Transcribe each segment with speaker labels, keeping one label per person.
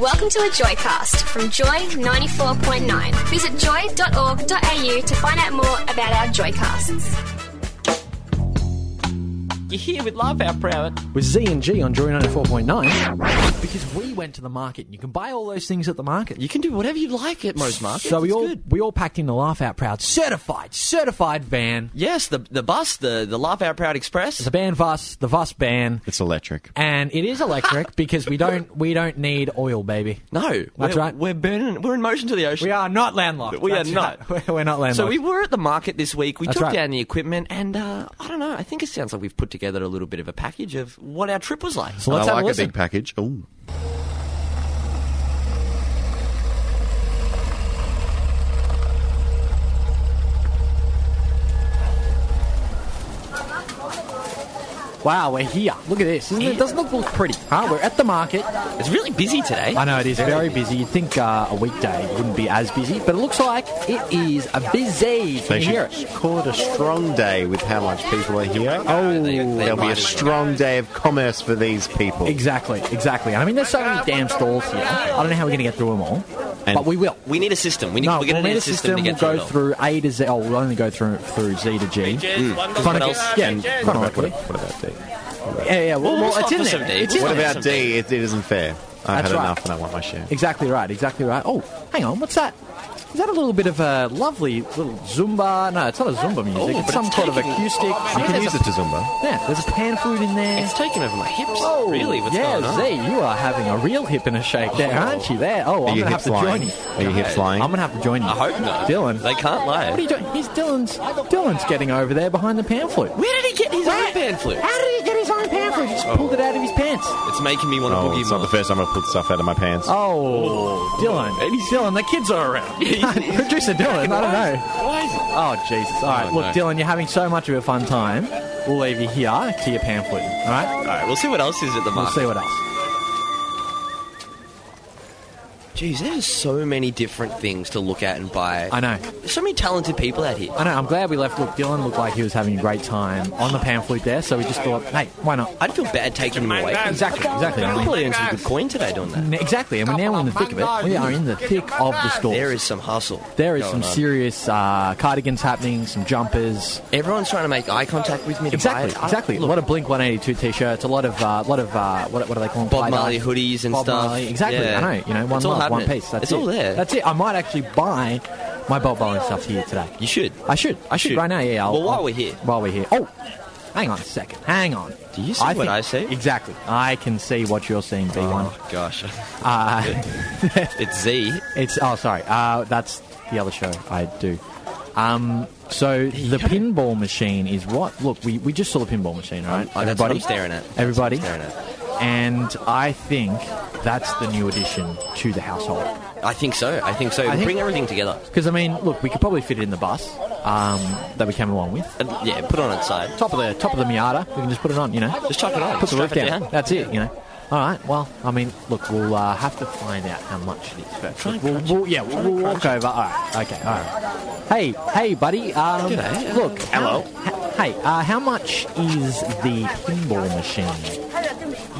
Speaker 1: Welcome to a Joycast from Joy 94.9. Visit joy.org.au to find out more about our Joycasts.
Speaker 2: You're here with Love Our Proud
Speaker 3: with Z and G on Joy 94.9 because we went to the market and you can buy all those things at the market.
Speaker 2: You can do whatever you like at most markets.
Speaker 3: so we
Speaker 2: It's
Speaker 3: all
Speaker 2: good.
Speaker 3: we all packed in the Laugh Out Proud certified certified van.
Speaker 2: Yes, the the bus, the the Love Our Proud Express.
Speaker 3: The van bus, the bus van,
Speaker 4: It's electric.
Speaker 3: and it is electric because we don't we don't need oil, baby.
Speaker 2: no, we're,
Speaker 3: That's right.
Speaker 2: We're burning. We're in motion to the ocean.
Speaker 3: We are not landlocked.
Speaker 2: We are
Speaker 3: That's
Speaker 2: not.
Speaker 3: right. We're not landlocked.
Speaker 2: So we were at the market this week. We
Speaker 3: That's
Speaker 2: took
Speaker 3: right.
Speaker 2: down the equipment, and uh, I don't know. I think it sounds like we've put together a little bit of a package of what our trip was like.
Speaker 3: so let's have
Speaker 4: I like
Speaker 3: a
Speaker 4: a,
Speaker 3: listen.
Speaker 4: big package. Ooh.
Speaker 3: Wow, we're here. Look at this. Isn't it? it doesn't look look pretty. Huh? We're at the market.
Speaker 2: It's really busy today.
Speaker 3: I know it is very busy. You'd think uh, a weekday wouldn't be as busy, but it looks like it is a busy. Can
Speaker 4: They
Speaker 3: you hear
Speaker 4: should
Speaker 3: it?
Speaker 4: call it a strong day with how much people are here.
Speaker 2: Oh, they- they
Speaker 4: there'll be a
Speaker 2: might as well.
Speaker 4: strong day of commerce for these people.
Speaker 3: Exactly, exactly. And I mean, there's so many damn stalls here. I don't know how we're going to get through them all,
Speaker 4: And-
Speaker 3: but we will.
Speaker 2: We need a system. We need,
Speaker 3: No,
Speaker 2: we're
Speaker 3: we'll
Speaker 2: going to
Speaker 3: need a
Speaker 2: system,
Speaker 3: system.
Speaker 2: to
Speaker 3: We'll
Speaker 2: get
Speaker 3: go
Speaker 2: it all.
Speaker 3: through A to Z. Oh, we'll only go through through Z to G.
Speaker 2: What
Speaker 3: Chronicles-
Speaker 2: else?
Speaker 3: Yeah, chronically.
Speaker 4: What about D?
Speaker 3: Yeah, yeah. Well,
Speaker 2: Well,
Speaker 3: well,
Speaker 2: let's
Speaker 3: it's
Speaker 2: offer
Speaker 3: in
Speaker 2: some
Speaker 3: there.
Speaker 2: dates.
Speaker 3: It's in
Speaker 4: What
Speaker 3: there.
Speaker 4: about D? It, it isn't fair. I've
Speaker 3: That's
Speaker 4: had
Speaker 3: right.
Speaker 4: enough and I want my share.
Speaker 3: Exactly right. Exactly right. Oh, hang on. What's that? Is that a little bit of a lovely little Zumba? No, it's not a Zumba music.
Speaker 2: Oh,
Speaker 3: it's
Speaker 2: but
Speaker 3: some
Speaker 2: it's
Speaker 3: sort of
Speaker 2: taking-
Speaker 3: acoustic.
Speaker 4: You can
Speaker 3: There's
Speaker 4: use
Speaker 3: a-
Speaker 4: it to Zumba.
Speaker 3: Yeah, there's a pan flute in there.
Speaker 2: It's taken over my hips.
Speaker 3: Oh,
Speaker 2: really? What's
Speaker 3: yeah,
Speaker 2: going on?
Speaker 3: Z, you are having a real hip and a shake there, aren't you? There. Oh,
Speaker 4: Are
Speaker 3: I'm
Speaker 4: you
Speaker 3: gonna
Speaker 4: hip
Speaker 3: have to
Speaker 4: flying?
Speaker 3: join you.
Speaker 4: Are you hip flying?
Speaker 3: I'm gonna have to join you.
Speaker 2: I hope not.
Speaker 3: Dylan.
Speaker 2: They can't lie.
Speaker 3: What are you doing? He's Dylan's. Dylan's getting over there behind the pamphlet.
Speaker 2: Where did he get his own Oh. band flute?
Speaker 3: How did he get his own pamphlet? He just pulled it out of his pants.
Speaker 2: It's making me want to
Speaker 4: Oh,
Speaker 2: boogie
Speaker 4: it's
Speaker 2: more.
Speaker 4: not the first time I've pulled stuff out of my pants.
Speaker 3: Oh, Dylan.
Speaker 2: and he's-
Speaker 3: Dylan, the kids are around. Producer Dylan, I don't know.
Speaker 2: Why is it?
Speaker 3: Oh, Jesus. All right,
Speaker 2: Oh,
Speaker 3: look,
Speaker 2: no.
Speaker 3: Dylan, you're having so much of a fun time. We'll leave you here to your pamphlet. All right?
Speaker 2: All right, we'll see what else is at the
Speaker 3: We'll
Speaker 2: market.
Speaker 3: see what else.
Speaker 2: Jeez, there's so many different things to look at and buy.
Speaker 3: I know.
Speaker 2: There's so many talented people out here.
Speaker 3: I know. I'm glad we left. Look, Dylan looked like he was having a great time on the pamphlet there, so we just thought, hey, why not?
Speaker 2: I'd feel bad taking them away.
Speaker 3: Exactly, exactly.
Speaker 2: I probably earned some good coin today doing that.
Speaker 3: N- Exactly, and we're now in the thick of it. We are in the thick of the store.
Speaker 2: There is some hustle.
Speaker 3: There is
Speaker 2: going
Speaker 3: some
Speaker 2: on.
Speaker 3: serious uh, cardigans happening, some jumpers.
Speaker 2: Everyone's trying to make eye contact with me to
Speaker 3: Exactly,
Speaker 2: buy it. I-
Speaker 3: exactly.
Speaker 2: look,
Speaker 3: a lot of Blink 182 t-shirts, a lot of, uh, lot of uh, what, what are they calling?
Speaker 2: Bob
Speaker 3: tie-dye?
Speaker 2: Marley hoodies and
Speaker 3: Bob
Speaker 2: stuff.
Speaker 3: Marley. Exactly.
Speaker 2: Yeah.
Speaker 3: I know. You know, one
Speaker 2: It's all
Speaker 3: love, one
Speaker 2: happening.
Speaker 3: piece. That's
Speaker 2: It's
Speaker 3: it.
Speaker 2: all there.
Speaker 3: That's it. I might actually buy my Bob Marley stuff here today.
Speaker 2: you should.
Speaker 3: I should. I should,
Speaker 2: Should.
Speaker 3: right now. Yeah. I'll,
Speaker 2: Well, while
Speaker 3: I'll-
Speaker 2: we're here.
Speaker 3: While we're here. Oh, hang on a second. Hang on.
Speaker 2: Do you see what I see?
Speaker 3: Exactly. I can see what you're seeing, B1.
Speaker 2: Oh, gosh.
Speaker 3: Uh,
Speaker 2: It's Z.
Speaker 3: It's oh sorry, uh, that's the other show I do. Um, so the pinball machine is what? Look, we, we just saw the pinball machine, right?
Speaker 2: Oh, that's what I'm staring at. That's
Speaker 3: Everybody,
Speaker 2: what I'm staring
Speaker 3: and I think that's the new addition to the household.
Speaker 2: I think so. I think so.
Speaker 3: think-
Speaker 2: Bring everything together.
Speaker 3: Because I mean, look, we could probably fit it in the bus um, that we came along with.
Speaker 2: And, yeah, put it on its side.
Speaker 3: Top of the top of the Miata, we can just put it on, you know.
Speaker 2: Just chuck it on.
Speaker 3: Put the
Speaker 2: Strap
Speaker 3: roof
Speaker 2: it
Speaker 3: down.
Speaker 2: down.
Speaker 3: That's it, you know. All right. Well, I mean, look, we'll uh, have to find out how much it is first. Look, we'll, we'll, yeah, we'll, we'll walk over. All right. Okay. All right. Hey, hey, buddy. Um,
Speaker 2: G'day.
Speaker 3: look.
Speaker 2: Hello.
Speaker 3: How, ha- hey, uh, how much is the pinball machine?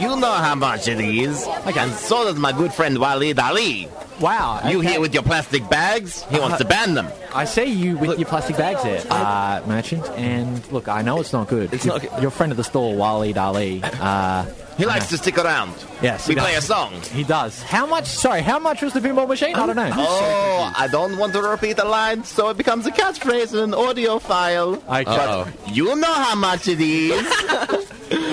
Speaker 4: You know how much it is. And so does my good friend Waleed Ali.
Speaker 3: Wow. okay. Uh-huh.
Speaker 4: your plastic bags? He
Speaker 3: wants to
Speaker 4: ban them.
Speaker 3: I see you with your plastic bags there, uh, merchant. And look, I know it's not good.
Speaker 2: It's
Speaker 3: Your-
Speaker 2: not good.
Speaker 3: Your friend of the store, Wally Dali. Uh,
Speaker 4: He likes to stick around.
Speaker 3: Yes, he does.
Speaker 4: song.
Speaker 3: he does. How much? Sorry, how much was the pinball machine? I don't know.
Speaker 4: Oh, I don't want to repeat the line, so it becomes a catchphrase in an audio file.
Speaker 3: Okay.
Speaker 4: But you know how much it is.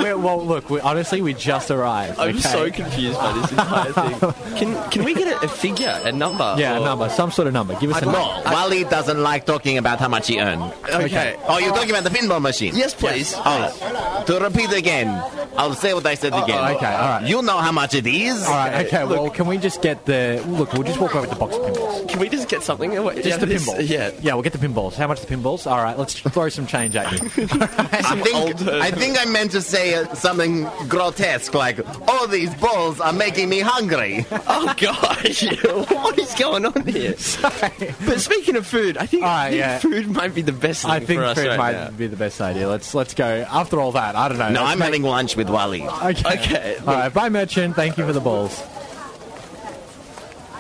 Speaker 3: we're, well, look, we, honestly, we just arrived.
Speaker 2: I'm
Speaker 3: okay?
Speaker 2: so confused by this entire thing. Can can we get a, a figure, a number?
Speaker 3: Yeah,
Speaker 2: or-
Speaker 3: a number, some sort of number. Give us a number.
Speaker 4: No, Oh, Wally doesn't like talking about how much he earned.
Speaker 2: Okay.
Speaker 4: Oh, you're talking about the pinball machine?
Speaker 2: Yes, please.
Speaker 4: Oh, to repeat again, I'll say what I said again.
Speaker 3: okay, all right.
Speaker 4: You know how much it is.
Speaker 3: All right, okay. well, can we just get the look? We'll just walk away with the box of pinballs.
Speaker 2: Can we just get something? Just
Speaker 3: Just the pinballs.
Speaker 2: Yeah.
Speaker 3: yeah. We'll get the pinballs. How much the pinballs? All right, let's throw some change at you.
Speaker 4: I think,
Speaker 2: old-
Speaker 4: I think I meant to say uh, something grotesque like, all these balls are making me hungry.
Speaker 2: Oh gosh, what is going on here? But speaking of food, I think,
Speaker 3: All
Speaker 2: I
Speaker 3: right,
Speaker 2: think
Speaker 3: yeah.
Speaker 2: food might be the best thing
Speaker 3: I think
Speaker 2: for us
Speaker 3: food
Speaker 2: right
Speaker 3: might
Speaker 2: now.
Speaker 3: be the best idea. Let's let's go. After all that, I don't know.
Speaker 4: No,
Speaker 3: Let's
Speaker 4: I'm
Speaker 3: make-
Speaker 4: having lunch with Wally.
Speaker 3: Okay.
Speaker 2: Okay,
Speaker 3: All right. Bye, merchant. Thank you for the balls.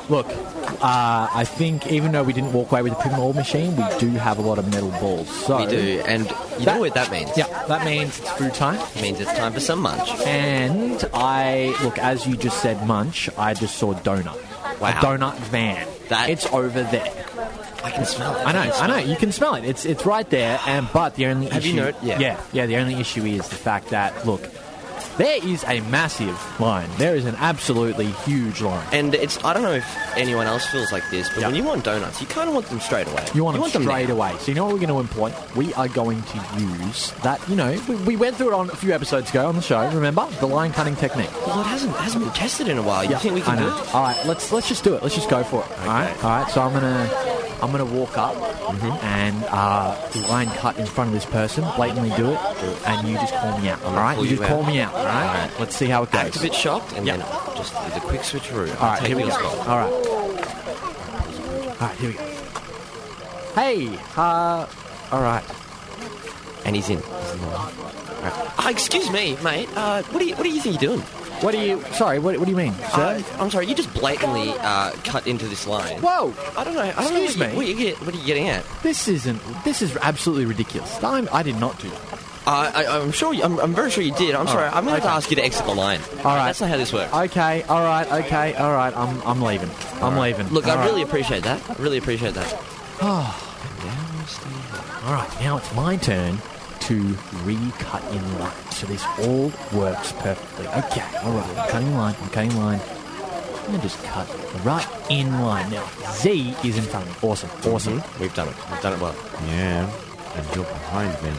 Speaker 3: Look, uh, I think even though we didn't walk away with the pinball machine, we do have a lot of metal balls. So
Speaker 2: We do, and you know what that means?
Speaker 3: Yeah, that means it's food time.
Speaker 2: It means it's time for some munch.
Speaker 3: And I look, as you just said, munch. I just saw donut. A
Speaker 2: Wow.
Speaker 3: donut van.
Speaker 2: That-
Speaker 3: it's over there.
Speaker 2: I can smell it.
Speaker 3: I know, I know. You can smell it. It's it's right there. And but the only
Speaker 2: Have
Speaker 3: issue,
Speaker 2: you note- yeah.
Speaker 3: yeah, yeah, The only issue is the fact that look, there is a massive line. There is an absolutely huge line.
Speaker 2: And it's I don't know if anyone else feels like this, but
Speaker 3: Yeah.
Speaker 2: when you want donuts, you kind of want them straight away.
Speaker 3: You want, them
Speaker 2: now.
Speaker 3: straight away. So you know what we're going to employ? We are going to use that. You know, we, we went through it on a few episodes ago on the show. Remember the line cutting technique?
Speaker 2: Well, it hasn't hasn't been tested in a while. You think we
Speaker 3: I
Speaker 2: can do
Speaker 3: know. Oh,
Speaker 2: it?
Speaker 3: All right, let's let's just do it. Let's just go for it. All right, all right. So I'm gonna I'm gonna walk up
Speaker 2: Mm-hmm.
Speaker 3: and uh, line cut in front of this person, blatantly do it, and you just call me out. All right,
Speaker 2: call
Speaker 3: you
Speaker 2: you
Speaker 3: just call
Speaker 2: out.
Speaker 3: me out. All right? let's see how it
Speaker 2: Act a
Speaker 3: goes.
Speaker 2: bit shocked, and
Speaker 3: Yeah.
Speaker 2: then just with a quick switcheroo.
Speaker 3: All right,
Speaker 2: take
Speaker 3: here we go.
Speaker 2: yours off.
Speaker 3: All right, all right, here we go. Hey, uh, all right.
Speaker 2: And he's in. He's in the line. Ah, excuse me, mate. Uh, what do you what do you think you're doing?
Speaker 3: What do you? Sorry, what, what do you mean,
Speaker 2: Uh,
Speaker 3: sir?
Speaker 2: I'm sorry, you just blatantly uh, cut into this line.
Speaker 3: Whoa,
Speaker 2: I don't know. I don't
Speaker 3: Excuse
Speaker 2: know
Speaker 3: me?
Speaker 2: what, you, what, you get, what are you getting at?
Speaker 3: this isn't. This is absolutely ridiculous. I'm, I did not do that.
Speaker 2: Uh, I, I'm sure. You, I'm, I'm very sure you did. I'm sorry.
Speaker 3: right,
Speaker 2: I'm going to
Speaker 3: okay.
Speaker 2: ask you to exit the line. All
Speaker 3: right.
Speaker 2: That's not how this works.
Speaker 3: Okay, all right, okay, all right. I'm I'm leaving. I'm leaving.
Speaker 2: Look,
Speaker 3: All
Speaker 2: I
Speaker 3: right.
Speaker 2: really appreciate that. I really appreciate that.
Speaker 3: All right, now it's my turn to recut in line. So this all works perfectly. Okay, all right. I'm cutting line. I'm cutting line. I'm gonna just cut right in line. Now Z is in front of me. Awesome,
Speaker 2: Mm-hmm.
Speaker 3: awesome.
Speaker 2: We've done it. We've done it well.
Speaker 4: Yeah, and you're behind me.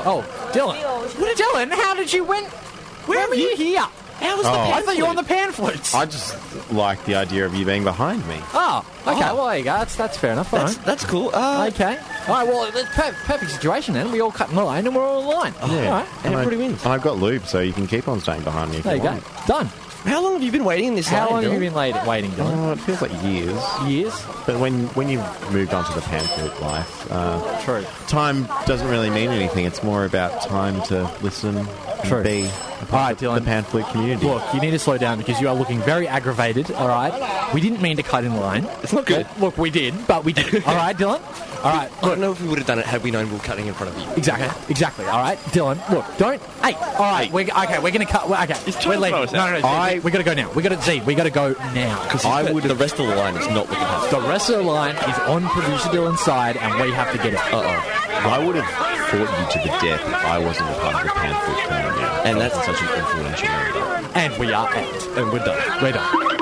Speaker 3: Oh, Dylan. What Dylan? How did you win? Where were you here?
Speaker 2: How was the
Speaker 4: Oh.
Speaker 3: I thought you were on the pan flutes.
Speaker 4: I just like the idea of you being behind me.
Speaker 3: Oh, okay.
Speaker 2: Oh.
Speaker 3: Well, there you go. That's that's fair enough. All
Speaker 2: That's,
Speaker 3: right.
Speaker 2: that's cool. Uh,
Speaker 3: Okay. All right. Well, it's per- perfect situation then. We all cut in the line and we're all in line. All right.
Speaker 2: And everybody wins.
Speaker 4: And I've got lube, so you can keep on staying behind me if
Speaker 3: There you go.
Speaker 4: want.
Speaker 3: Done.
Speaker 2: How long have you been waiting in this line?
Speaker 3: How long have you
Speaker 2: Dylan?
Speaker 3: been late waiting, Dylan?
Speaker 4: Oh, it feels like years.
Speaker 3: Years.
Speaker 4: But when when you've moved on to the pamphlet life, uh,
Speaker 3: True.
Speaker 4: time doesn't really mean anything. It's more about time to listen and
Speaker 3: True.
Speaker 4: be a part
Speaker 3: All right,
Speaker 4: of the
Speaker 3: Dylan.
Speaker 4: pamphlet community.
Speaker 3: Look, you need to slow down because you are looking very aggravated. All right. We didn't mean to cut in line. It's not
Speaker 2: good.
Speaker 3: Look, we did, but we did. All right, Dylan. All right.
Speaker 2: I don't know if we would have done it had we known we were cutting in front of you.
Speaker 3: Exactly. Exactly. All right, Dylan. Look, don't. Hey. All right. We're, okay. We're gonna cut. We're, okay.
Speaker 2: trying
Speaker 3: We're
Speaker 2: to
Speaker 3: leaving.
Speaker 2: throw us
Speaker 3: No,
Speaker 2: out.
Speaker 3: no, no. Z,
Speaker 4: I-
Speaker 3: we gotta go now. We gotta Z. We gotta go now.
Speaker 2: I would. The rest of the line is not looking happy.
Speaker 3: The rest of the line is on producer Dylan's side, and we have to get it. Uh-oh.
Speaker 4: I would have fought you to the death if I wasn't a part of the pamphlet community.
Speaker 2: And that's
Speaker 4: such an influential member.
Speaker 3: And we are out.
Speaker 2: and we're done.
Speaker 3: We're done.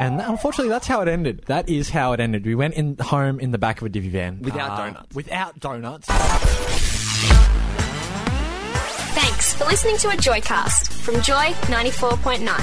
Speaker 3: And that- unfortunately, that's how it ended. That is how it ended. We went in home in the back of a divvy van Uh,
Speaker 2: Without donuts.
Speaker 3: Without donuts.
Speaker 1: Thanks for listening to a Joycast from Joy 94.9.